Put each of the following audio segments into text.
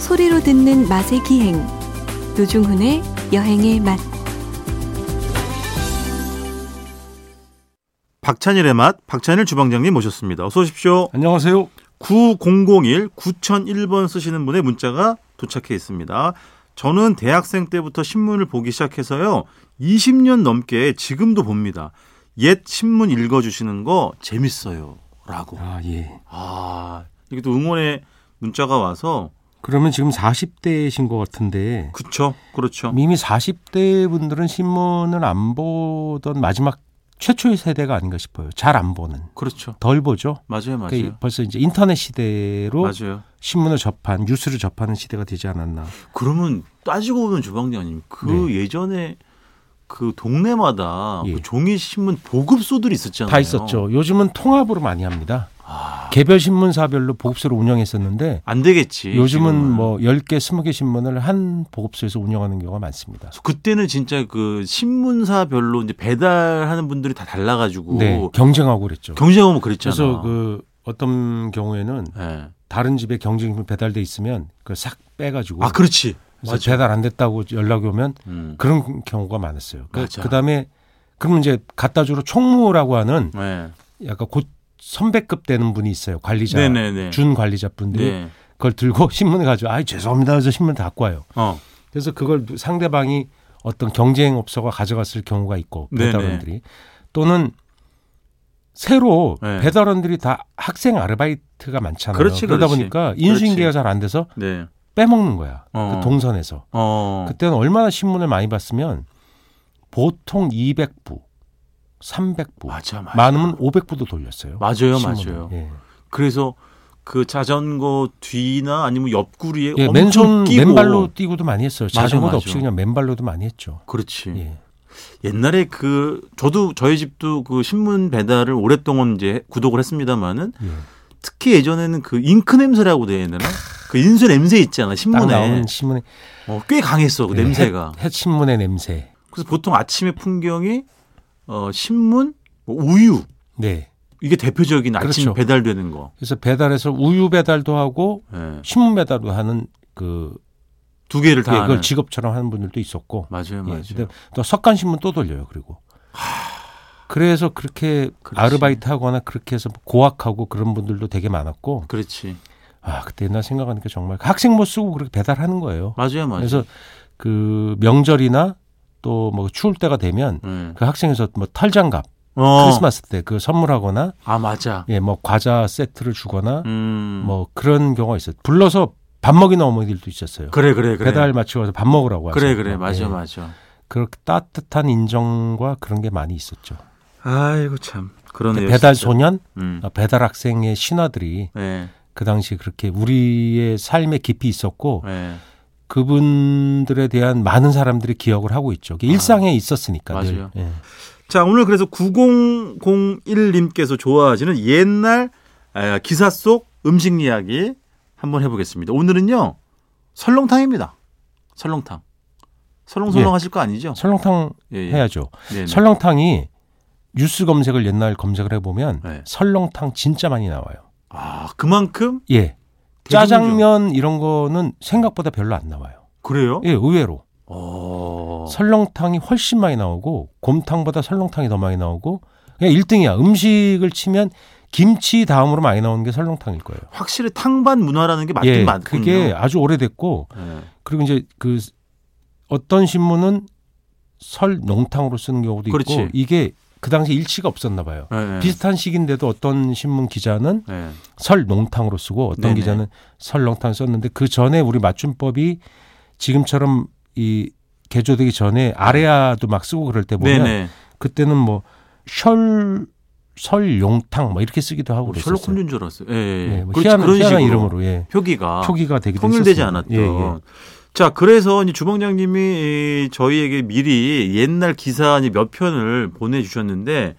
소리로 듣는 맛의 기행 노중훈의 여행의 맛 박찬일의 맛, 박찬일 주방장님 모셨습니다. 어서 오십시오. 안녕하세요. 9001 9001번 쓰시는 분의 문자가 도착해 있습니다. 저는 대학생 때부터 신문을 보기 시작해서요. 20년 넘게 지금도 봅니다. 옛 신문 읽어 주시는 거 재밌어요. 라고. 아, 예. 아, 이게 또 응원의 문자가 와서 그러면 지금 40대이신 것 같은데 그쵸 그렇죠. 이미 40대 분들은 신문을 안 보던 마지막 최초의 세대가 아닌가 싶어요. 잘 안 보는. 그렇죠. 덜 보죠. 맞아요. 맞아요. 그러니까 벌써 이제 인터넷 시대로 맞아요. 신문을 접한 뉴스를 접하는 시대가 되지 않았나. 그러면 따지고 보면 주방장님 그 네. 예전에 그 동네마다 예. 그 종이 신문 보급소들이 있었잖아요. 다 있었죠. 요즘은 통합으로 많이 합니다. 아, 개별 신문사별로 보급소를 운영했었는데 안 되겠지. 요즘은 예, 지금은. 뭐 10개, 20개 신문을 한 보급소에서 운영하는 경우가 많습니다. 그때는 진짜 그 신문사별로 이제 배달하는 분들이 다 달라가지고 네, 경쟁하고 그랬죠. 경쟁하면 그랬잖아. 그래서 그 어떤 경우에는 예. 다른 집에 경쟁품 배달돼 있으면 그 싹 빼가지고 아 그렇지. 그래서 배달 안 됐다고 연락이 오면 음. 그런 경우가 많았어요. 그, 맞아. 다음에 그럼 이제 갖다 주러 총무라고 하는 네. 약간 곧 선배급 되는 분이 있어요. 관리자 네네네. 준 관리자분들이 네. 그걸 들고 신문을 가지고 아 죄송합니다. 그래서 신문 갖고 와요. 어. 그래서 그걸 상대방이 어떤 경쟁업소가 가져갔을 경우가 있고 네네. 배달원들이 또는 새로 네. 배달원들이 다 학생 아르바이트가 많잖아요. 그렇지, 러다 그렇지. 보니까 인수인계가 잘 안 돼서 네. 빼먹는 거야. 어. 그 동선에서. 어. 그때는 얼마나 신문을 많이 봤으면 보통 200부, 300부, 맞아 맞아. 많으면 500부도 돌렸어요. 맞아요 뭐 신문을. 맞아요. 예. 그래서 그 자전거 뒤나 아니면 옆구리에 예, 엄청 맨손 끼고 맨발로 뛰고도 많이 했어요. 맞아, 자전거도 맞아. 없이 그냥 맨발로도 많이 했죠. 그렇지. 예. 옛날에 그 저도 저희 집도 그 신문 배달을 오랫동안 이제 구독을 했습니다마는 예. 특히 예전에는 그 잉크 냄새라고 돼야 되나? 그 인쇄 냄새 있잖아 딱 신문에. 나오는 신문에 어, 꽤 강했어 그 예, 냄새가. 햇, 신문의 냄새. 그래서 보통 아침의 풍경이 어, 신문, 뭐 우유 네. 이게 대표적인 아침 그렇죠. 배달되는 거. 그래서 배달해서 우유 배달도 하고 예. 신문 배달도 하는 그 두 개를 다 예, 그걸 하는. 직업처럼 하는 분들도 있었고. 맞아요, 예, 맞아요. 근데 또 석간 신문 또 돌려요. 그리고. 그래서 그렇게 그렇지. 아르바이트 하거나 그렇게 해서 고학하고 그런 분들도 되게 많았고 그렇지. 아 그때 옛날 생각하니까 정말 학생 모 쓰고 그렇게 배달하는 거예요. 맞아요, 맞아요. 그래서 그 명절이나 또 뭐 추울 때가 되면 예. 그 학생에서 뭐 털장갑 어. 크리스마스 때 그 선물하거나 아 맞아. 예, 뭐 과자 세트를 주거나 음. 뭐 그런 경우가 있어요. 불러서 밥 먹이는 어머니들도 있었어요. 그래 그래 그래. 배달 예. 마치고 와서 밥 먹으라고 하죠. 그래 그래 맞아 맞아. 그렇게 따뜻한 인정과 그런 게 많이 있었죠. 아이고 참 네, 그러네요. 배달 진짜. 소년, 음. 어, 배달 학생의 신화들이 예. 그 당시 그렇게 우리의 삶에 깊이 있었고 예. 그분들에 대한 많은 사람들이 기억을 하고 있죠. 그게 아. 일상에 있었으니까. 맞아요. 늘. 예. 자 오늘 그래서 9001님께서 좋아하시는 옛날 아, 기사 속 음식 이야기 한번 해보겠습니다. 오늘은요 설렁탕입니다. 설렁탕. 설렁설렁 예. 하실 거 아니죠? 설렁탕 예, 예. 해야죠. 예, 네. 설렁탕이 뉴스 검색을 옛날 검색을 해보면 네. 설렁탕 진짜 많이 나와요. 아 그만큼 예. 대중적. 짜장면 이런 거는 생각보다 별로 안 나와요. 그래요? 예, 의외로. 어. 설렁탕이 훨씬 많이 나오고 곰탕보다 설렁탕이 더 많이 나오고 그냥 1등이야. 음식을 치면 김치 다음으로 많이 나오는 게 설렁탕일 거예요. 확실히 탕반 문화라는 게 맞긴 예, 맞군요. 그게 아주 오래됐고 예. 그리고 이제 그 어떤 신문은 설농탕으로 쓰는 경우도 있고 그렇지. 이게 그 당시 일치가 없었나 봐요. 예, 예. 비슷한 시기인데도 어떤 신문 기자는 예. 설농탕으로 쓰고 어떤 네네. 기자는 설렁탕 썼는데 그 전에 우리 맞춤법이 지금처럼 이 개조되기 전에 아레아도 막 쓰고 그럴 때 보면 네네. 그때는 뭐설 설용탕 뭐 이렇게 쓰기도 하고 그랬어요. 셜록 홈즈인 줄 알았어요. 예, 예. 예, 뭐 그렇지, 희한한, 그런 희한한 식으로 이름으로 예. 표기가 표기가 되기도 통일되지 했었습니다. 않았던. 예, 예. 자, 그래서 이제 주방장님이 이 저희에게 미리 옛날 기사 이제 몇 편을 보내주셨는데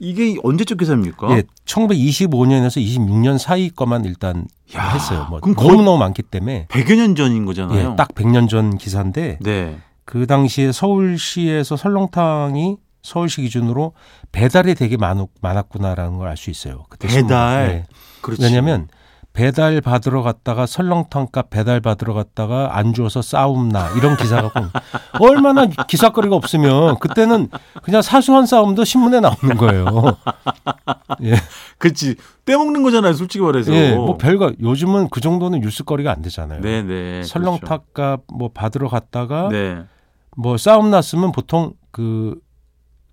이게 언제적 기사입니까? 예, 1925년에서 26년 사이 거만 일단 야, 했어요. 뭐 그럼 너무 너무 많기 때문에 100여 년 전인 거잖아요. 예, 딱 100년 전 기사인데 네. 그 당시에 서울시에서 설렁탕이 서울시 기준으로 배달이 되게 많았, 구나라는 걸 알 수 있어요. 그때 신문. 배달. 예. 그렇지. 왜냐하면 배달 받으러 갔다가 설렁탕값 배달 받으러 갔다가 안 주어서 싸움 나 이런 기사가 꼭 얼마나 기사거리가 없으면 그때는 그냥 사소한 싸움도 신문에 나오는 거예요. 예, 그렇지 떼먹는 거잖아요, 솔직히 말해서. 예, 뭐 별거 요즘은 그 정도는 뉴스거리가 안 되잖아요. 네네. 설렁탕값 뭐 받으러 갔다가 그렇죠. 네. 뭐 싸움 났으면 보통 그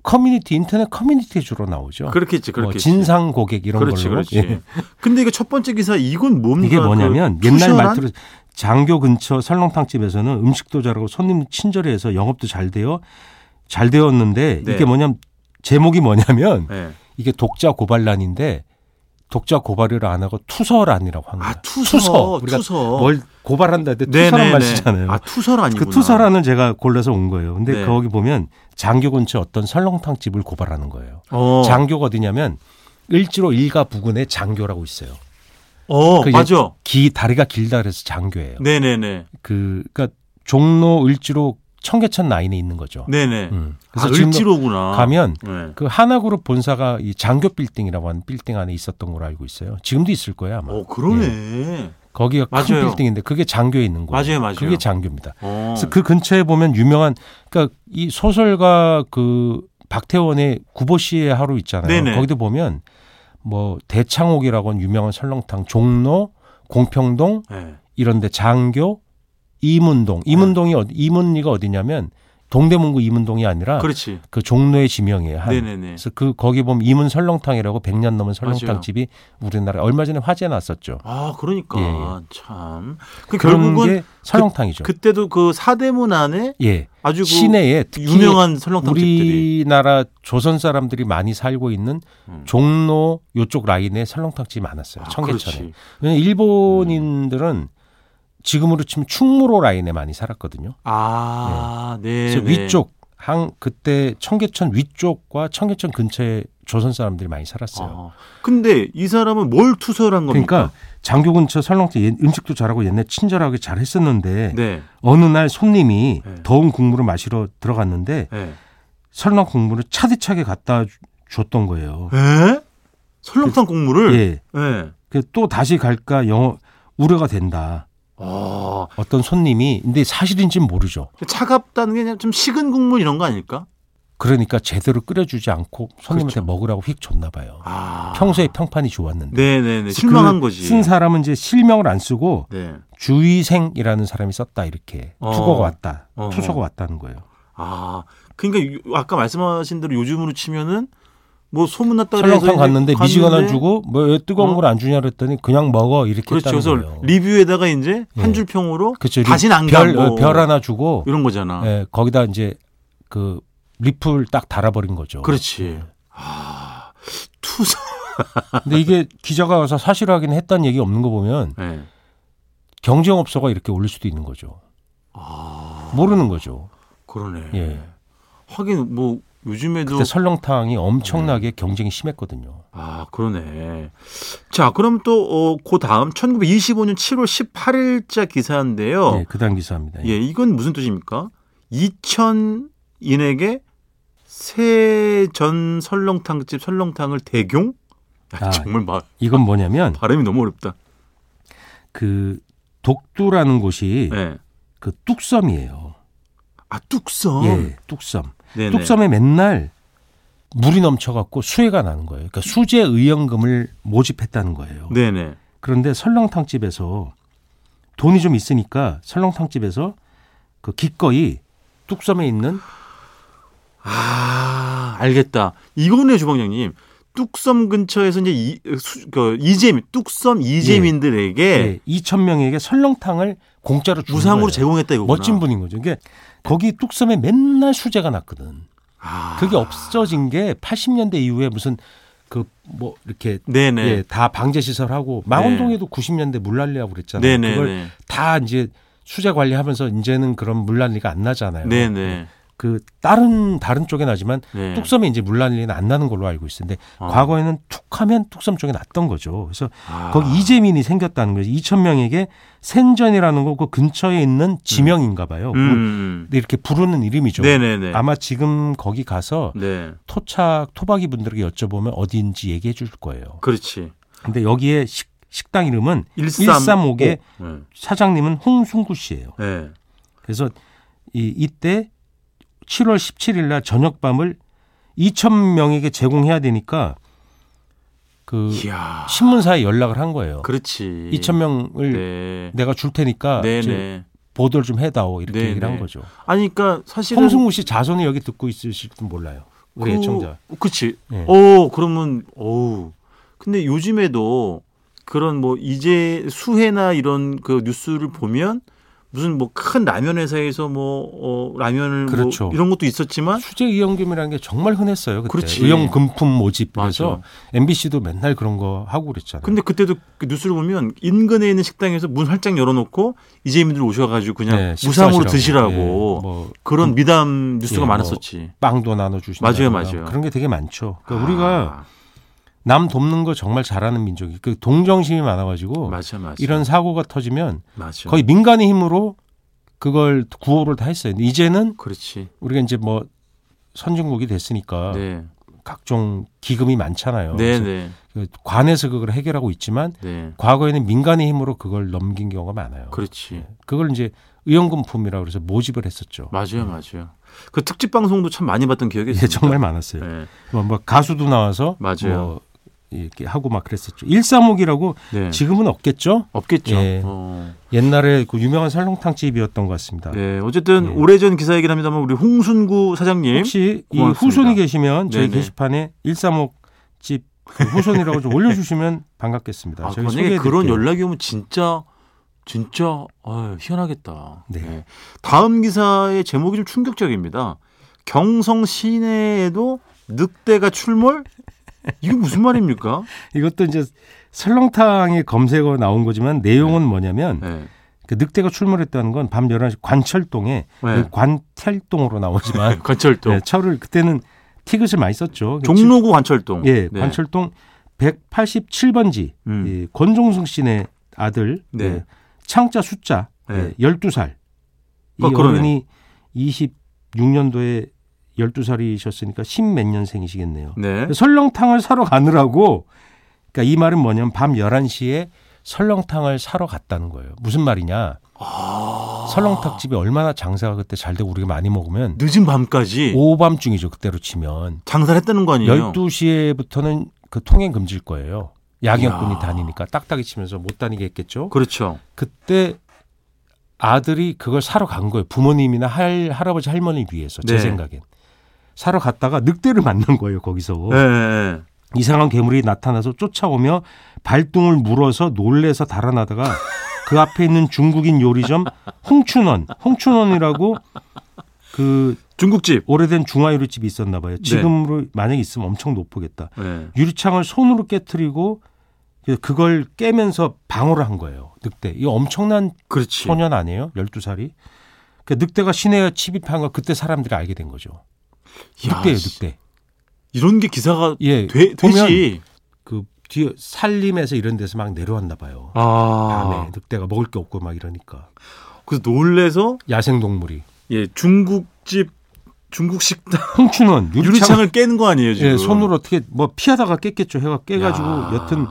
커뮤니티 인터넷 커뮤니티 주로 나오죠. 그렇겠지, 뭐 그렇겠지. 진상 고객 이런 그렇지, 걸로. 그렇지. 예. 근데 이게 첫 번째 기사 이건 뭡니까? 이게 뭐냐면 그 옛날 투셔한? 말투로 장교 근처 설렁탕 집에서는 음식도 잘하고 손님 친절해서 영업도 잘 돼요. 잘 되었는데 네. 이게 뭐냐면 제목이 뭐냐면 네. 이게 독자 고발란인데 독자 고발을 안 하고 투서란이라고 합니다. 아 투서, 우리가 투서. 뭘 고발한다 할때 네네네. 투서란 말 쓰잖아요. 아 투서라 아니구나. 그 투서란을 제가 골라서 온 거예요. 근데 네. 거기 보면 장교 근처 어떤 설렁탕 집을 고발하는 거예요. 어. 장교가 어디냐면 을지로 일가 부근에 장교라고 있어요. 어, 그 이제- 맞아. 기 다리가 길다 그래서 장교예요. 네네네. 그 그러니까 종로 을지로 청계천 라인에 있는 거죠. 네네. 음. 아, 그래서 지금 을지로구나. 가면 네. 그 하나그룹 본사가 이 장교 빌딩이라고 하는 빌딩 안에 있었던 걸로 알고 있어요. 지금도 있을 거예요 아마. 어 그러네. 예. 거기가 큰 맞아요. 빌딩인데 그게 장교에 있는 거예요. 맞아요, 맞아요. 그게 장교입니다. 어. 그래서 그 근처에 보면 유명한 그러니까 이 소설가 그 박태원의 구보 씨의 하루 있잖아요. 네네. 거기도 보면 뭐 대창옥이라고 하는 유명한 설렁탕 종로 공평동 네. 이런데 장교 이문동 이문동이 어디, 이문리가 어디냐면 동대문구 이문동이 아니라 그 그렇지. 종로의 지명이에요. 한. 네네네. 그래서 그 거기 보면 이문 설렁탕이라고 100년 넘은 맞아요. 설렁탕 집이 우리나라 얼마 전에 화재 났었죠. 아 그러니까 예, 예. 참. 그 그런 결국은 게 설렁탕이죠. 그때도 그 사대문 안에 예, 아주 그 시내에 특히 유명한 설렁탕 집들이 우리나라 조선 사람들이 많이 살고 있는 음. 종로 요쪽 라인에 설렁탕 집이 많았어요. 아, 청계천에. 그렇지. 왜냐면 일본인들은 지금으로 치면 충무로 라인에 많이 살았거든요. 아, 네. 예. 그래서 네. 위쪽 항 그때 청계천 위쪽과 청계천 근처에 조선 사람들이 많이 살았어요. 아, 근데 이 사람은 뭘 투서를 한 그러니까 겁니까? 장교 근처 설렁탕 옛- 음식도 잘하고 옛날 친절하게 잘했었는데 네. 어느 날 손님이 네. 더운 국물을 마시러 들어갔는데 네. 설렁 국물을 차디차게 갖다 주- 줬던 거예요. 에? 설렁탕 국물을 예. 예. 그또 다시 갈까 영어 우려가 된다. 아, 어떤 손님이 근데 사실인지는 모르죠. 차갑다는 게 그냥 좀 식은 국물 이런 거 아닐까? 그러니까 제대로 끓여주지 않고 손님한테 그렇죠. 먹으라고 휙 줬나 봐요. 아. 평소에 평판이 좋았는데. 네네네. 실망한 그 거지. 쓴 사람은 이제 실명을 안 쓰고 네. 주의생이라는 사람이 썼다 이렇게 어. 투고가 왔다. 어. 투서가 왔다는 거예요. 아. 그러니까 요- 아까 말씀하신 대로 요즘으로 치면은 뭐 소문났다 그래서 설렁탕 이제 갔는데 미지근 안 갔는데 주고 뭐 왜 뜨거운 어. 걸 안 주냐 그랬더니 그냥 먹어 이렇게 그렇죠. 했다는 그래서 거예요. 리뷰에다가 이제 한 예. 줄 평으로 그렇죠. 다시는 안 별, 가고 어, 별 하나 주고 이런 거잖아. 예, 거기다 이제 그 리플 딱 달아버린 거죠. 그렇지. 아. 투서. 근데 이게 기자가 와서 사실 확인했다는 얘기 없는 거 보면 네. 경쟁업소가 이렇게 올릴 수도 있는 거죠. 아. 모르는 거죠. 그러네. 예. 하긴 뭐 요즘에도 그때 설렁탕이 예. 엄청나게 경쟁이 심했거든요. 아, 그러네. 자, 그럼 또, 어, 그 다음, 1925년 7월 18일자 기사인데요. 예, 그당 기사입니다. 어. 예, 이건 무슨 뜻입니까? 2,000인에게 세전 설렁탕집 설렁탕을 대용? 야, 아. 정말 마, 이건 뭐냐면 발음이 너무 어렵다. 그 독두라는 곳이 네. 그 뚝섬이에요. 아, 뚝섬? 예, 뚝섬. 네네. 뚝섬에 맨날 물이 넘쳐갖고 수해가 나는 거예요. 그러니까 수재 의연금을 모집했다는 거예요. 네네. 그런데 설렁탕 집에서 돈이 좀 있으니까 설렁탕 집에서 그 기꺼이 뚝섬에 있는 아, 알겠다. 이거네, 주방장님. 뚝섬 근처에서 이제 이, 수, 그, 이재민, 뚝섬 이재민들에게 예, 2천 명에게 설렁탕을 공짜로 주는 무상으로 거예요. 제공했다 이거구나. 멋진 분인 거죠. 이게 거기 뚝섬에 맨날 수재가 났거든. 아. 그게 없어진 게 80년대 이후에 무슨 그 뭐 이렇게 네네. 네. 예, 다 방제 시설하고 망원동에도 90년대 물난리하고 그랬잖아요. 네네. 그걸 다 이제 수재 관리하면서 이제는 그런 물난리가 안 나잖아요. 네네. 그 다른 다른 쪽에 나지만 네. 뚝섬에 이제 물난리는 안 나는 걸로 알고 있는데 아. 과거에는 툭하면 뚝섬 쪽에 났던 거죠. 그래서 아. 거기 이재민이 생겼다는 거죠. 2천 명에게 생전이라는 거 그 근처에 있는 지명인가 봐요. 음. 근데 이렇게 부르는 이름이죠. 네네네. 아마 지금 거기 가서 네. 토착 토박이 분들에게 여쭤보면 어디인지 얘기해 줄 거예요. 그렇지. 근데 여기에 식- 식당 이름은 135. 135개 네. 사장님은 홍순구 씨예요. 네. 그래서 이 이때 7월 17일 날 저녁밤을 2천 명에게 제공해야 되니까 그 이야. 신문사에 연락을 한 거예요. 그렇지. 2천 명을 아, 네. 내가 줄 테니까 네, 좀 네. 보도를 좀 해다오 이렇게 네, 얘기를 네. 한 거죠. 아니 그러니까 사실은 그 홍승우 씨 자손이 여기 듣고 있으실지 몰라요. 우리 애청자. 그치. 예. 오, 그러면, 어우. 근데 요즘에도 그런 뭐 이제 수해나 이런 그 뉴스를 보면 무슨 뭐 큰 라면 회사에서 뭐, 어, 라면을 뭐 그렇죠. 이런 것도 있었지만 수제 의용금이라는 게 정말 흔했어요. 그때 그렇지. 의용 금품 모집 그래서 맞아. MBC도 맨날 그런 거 하고 그랬잖아요. 근데 그때도 그 뉴스를 보면 인근에 있는 식당에서 문 활짝 열어놓고 이재민들 오셔가지고 그냥 네, 무상으로 식사하시라고. 드시라고 예, 뭐 그런 미담 뉴스가 예, 뭐 많았었지. 빵도 나눠 주신다. 맞아요, 맞아요. 그런 게 되게 많죠. 그러니까 아, 우리가 남 돕는 거 정말 잘하는 민족이 그 동정심이 많아가지고 맞아, 맞아. 이런 사고가 터지면 맞아. 거의 민간의 힘으로 그걸 구호를 다 했어요. 근데 이제는 그렇지. 우리가 이제 뭐 선진국이 됐으니까 네, 각종 기금이 아, 많잖아요. 네, 그래서 네, 그 관에서 그걸 해결하고 있지만 네. 과거에는 민간의 힘으로 그걸 넘긴 경우가 많아요. 그렇지. 그걸 이제 의원금품이라 그래서 모집을 했었죠. 맞아요, 맞아요. 그 특집 방송도 참 많이 봤던 기억이 있어요. 네. 예, 정말 많았어요. 네. 뭐, 뭐 가수도 나와서 맞아요. 뭐 이렇게 하고 막 그랬었죠. 135기라고 네. 지금은 없겠죠? 없겠죠. 예. 어. 옛날에 그 유명한 설렁탕 집이었던 것 같습니다. 네. 어쨌든 예. 오래전 기사이긴 합니다만 우리 홍순구 사장님 혹시 이 고맙습니다. 후손이 계시면 저희 네네. 게시판에 135 집그 후손이라고 좀 올려주시면 반갑겠습니다. 아, 저희 만약에 그런 소개해드릴게요. 연락이 오면 진짜 진짜 아유, 희한하겠다. 네. 예. 다음 기사의 제목이 좀 충격적입니다. 경성 시내에도 늑대가 출몰? 이게 무슨 말입니까? 이것도 이제 설렁탕의 검색어 나온 거지만 내용은 뭐냐면 네. 그 늑대가 출몰했다는 건 밤 11시 관철동에 네. 그 관철동으로 나오지만 관철동. 네, 철을 그때는 티귿을 많이 썼죠. 종로구 관철동. 예, 네. 관철동 187번지 음. 예, 권종승 씨네 아들 네. 예, 창자 숫자 네. 예, 12살 이 아, 그러네. 어른이 26년도에 12살이셨으니까 10몇 년생이시겠네요. 네. 설렁탕을 사러 가느라고 그러니까 이 말은 뭐냐면 밤 11시에 설렁탕을 사러 갔다는 거예요. 무슨 말이냐? 아. 설렁탕집이 얼마나 장사가 그때 잘 되고 우리가 많이 먹으면 늦은 밤까지 오밤중이죠. 그때로 치면. 장사를 했다는 거 아니에요? 12시에부터는 그 통행 금지일 거예요. 야경꾼이 이야. 다니니까 딱딱이 치면서 못 다니게 했겠죠. 그렇죠. 그때 아들이 그걸 사러 간 거예요. 부모님이나 할 할아버지 할머니 위해서 제 네. 생각엔 사러 갔다가 늑대를 만난 거예요. 거기서 예, 예, 예. 이상한 괴물이 나타나서 쫓아오며 발등을 물어서 놀래서 달아나다가 그 앞에 있는 중국인 요리점 홍춘원 홍춘원이라고 그 중국집. 오래된 중화 요리집이 있었나 봐요. 네. 지금으로 만약에 있으면 엄청 높보겠다. 예. 유리창을 손으로 깨뜨리고 그- 그걸 깨면서 방어를 한 거예요. 늑대. 이거 엄청난 그렇지. 소년 아니에요? 12살이. 그 늑대가 시내에 침입한 걸 그때 사람들이 알게 된 거죠. 야, 늑대예요, 씨. 늑대. 이런 게 기사가 예. 되, 보면 되지. 그 뒤에 살림에서 이런 데서 막 내려왔나 봐요. 아. 밤에 늑대가 먹을 게 없고 막 이러니까. 그래서 놀래서 야생 동물이. 예, 중국집 중국 식당 홍춘원 유리창을, 유리창을 깨는 거 아니에요, 지금? 예, 손으로 어떻게 뭐 피하다가 깼겠죠. 해가 깨 가지고 야. 여튼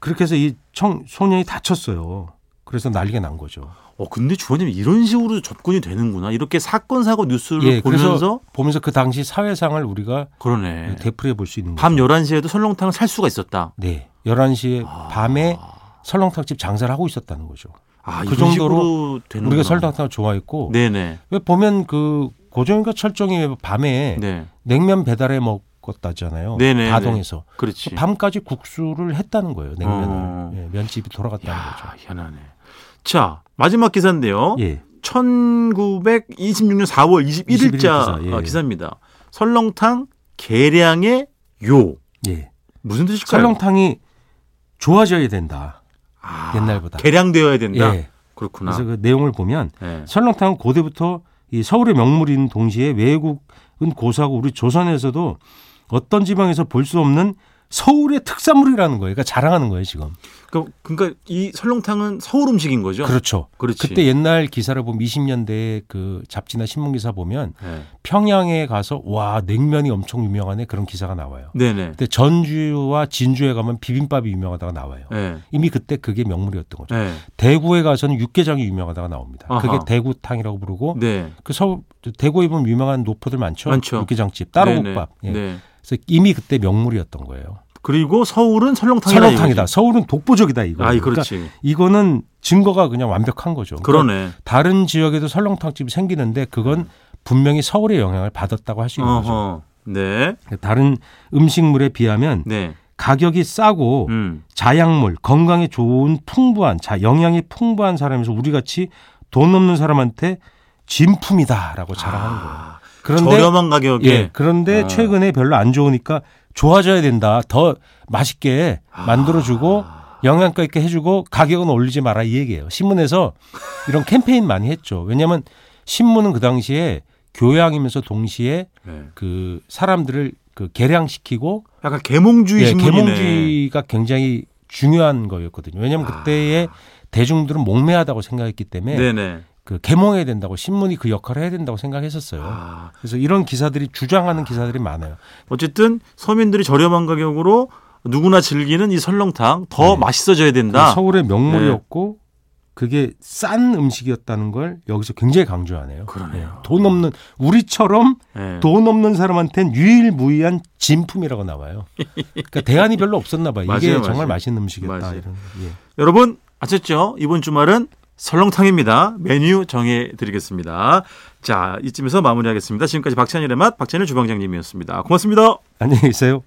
그렇게 해서 이 청 소년이 다쳤어요. 그래서 난리가 난 거죠. 어, 근데 주원님 이런 식으로 접근이 되는구나. 이렇게 사건 사고 뉴스를 예, 보면서 그래서 예, 보면서 그 당시 사회상을 우리가 그러네. 되풀이해 볼 수 있는 거죠. 밤 11시에도 설렁탕을 살 수가 있었다. 네. 11시에 아. 밤에 설렁탕집 장사를 하고 있었다는 거죠. 아, 그 이런 정도로 식으로 되는 우리가 설렁탕을 좋아했고 예, 네, 네. 왜 보면 그 고종과 철종이 밤에 네. 냉면 배달해 먹었다잖아요. 네, 네, 가동에서 그렇지. 밤까지 국수를 했다는 거예요. 냉면을 어. 예, 면집이 돌아갔다는 야, 거죠. 희한하네. 자, 마지막 기사인데요. 예. 1926년 4월 21일자 기사, 예. 입니다 설렁탕 계량의 요 예. 무슨 뜻일까요? 설렁탕이 좋아져야 된다. 아, 옛날보다. 계량되어야 된다. 예. 그렇구나. 그래서 그 내용을 보면 예. 설렁탕은 고대부터 이 서울의 명물인 동시에 외국은 고사하고 우리 조선에서도 어떤 지방에서 볼 수 없는 서울의 특산물이라는 거예요. 그러니까 자랑하는 거예요 지금. 그러니까, 그러니까 이 설렁탕은 서울 음식인 거죠. 그렇죠. 그렇지. 그때 옛날 기사를 보면 20년대 그 잡지나 신문 기사 보면 네. 평양에 가서 와 냉면이 엄청 유명하네 그런 기사가 나와요. 네네. 그때 전주와 진주에 가면 비빔밥이 유명하다가 나와요. 네. 이미 그때 그게 명물이었던 거죠. 네. 대구에 가서는 육개장이 유명하다가 나옵니다. 그게 아하. 대구탕이라고 부르고 네. 그 서울 대구에 보면 유명한 노포들 많죠. 많죠. 육개장집, 따로국밥. 예. 네네. 네. 그래서 이미 그때 명물이었던 거예요. 그리고 서울은 설렁탕이다. 설렁탕이다. 이거지. 서울은 독보적이다 이거. 아, 그러니까 그렇지. 이거는 증거가 그냥 완벽한 거죠. 그러니까 그러네. 다른 지역에도 설렁탕집이 생기는데 그건 분명히 서울의 영향을 받았다고 할 수 있는 거죠. 어허. 네. 그러니까 다른 음식물에 비하면 네. 가격이 싸고 음. 자양물, 건강에 좋은 풍부한 자 영양이 풍부한 사람에서 우리 같이 돈 없는 사람한테 진품이다라고 자랑하는 거예요. 아, 그런데 저렴한 가격에 예, 그런데 아. 최근에 별로 안 좋으니까 좋아져야 된다. 더 맛있게 아. 만들어주고 영양가 있게 해주고 가격은 올리지 마라 이 얘기예요. 신문에서 이런 캠페인 많이 했죠. 왜냐하면 신문은 그 당시에 교양이면서 동시에 네. 그 사람들을 그 개량시키고 약간 계몽주의 예, 신문이네. 계몽주의가 굉장히 중요한 거였거든요. 왜냐하면 아. 그때의 대중들은 몽매하다고 생각했기 때문에 네네. 그 계몽해야 된다고 신문이 그 역할을 해야 된다고 생각했었어요. 아, 그래서 이런 기사들이 주장하는 기사들이 많아요. 어쨌든 서민들이 저렴한 가격으로 누구나 즐기는 이 설렁탕 더 네. 맛있어져야 그 된다. 서울의 명물이었고 네. 그게 싼 음식이었다는 걸 여기서 굉장히 강조하네요. 그러네요. 예, 돈 없는 우리처럼 네. 돈 없는 사람한테는 유일무이한 진품이라고 나와요. 그러니까 대안이 별로 없었나 봐요. 이게 맞아요, 정말 맞아요. 맛있는 음식이었다. 맞아요. 이런. 예. 여러분 아셨죠? 이번 주말은 설렁탕입니다. 메뉴 정해드리겠습니다. 자 이쯤에서 마무리하겠습니다. 지금까지 박찬일의 맛 박찬일 주방장님이었습니다. 고맙습니다. 안녕히 계세요.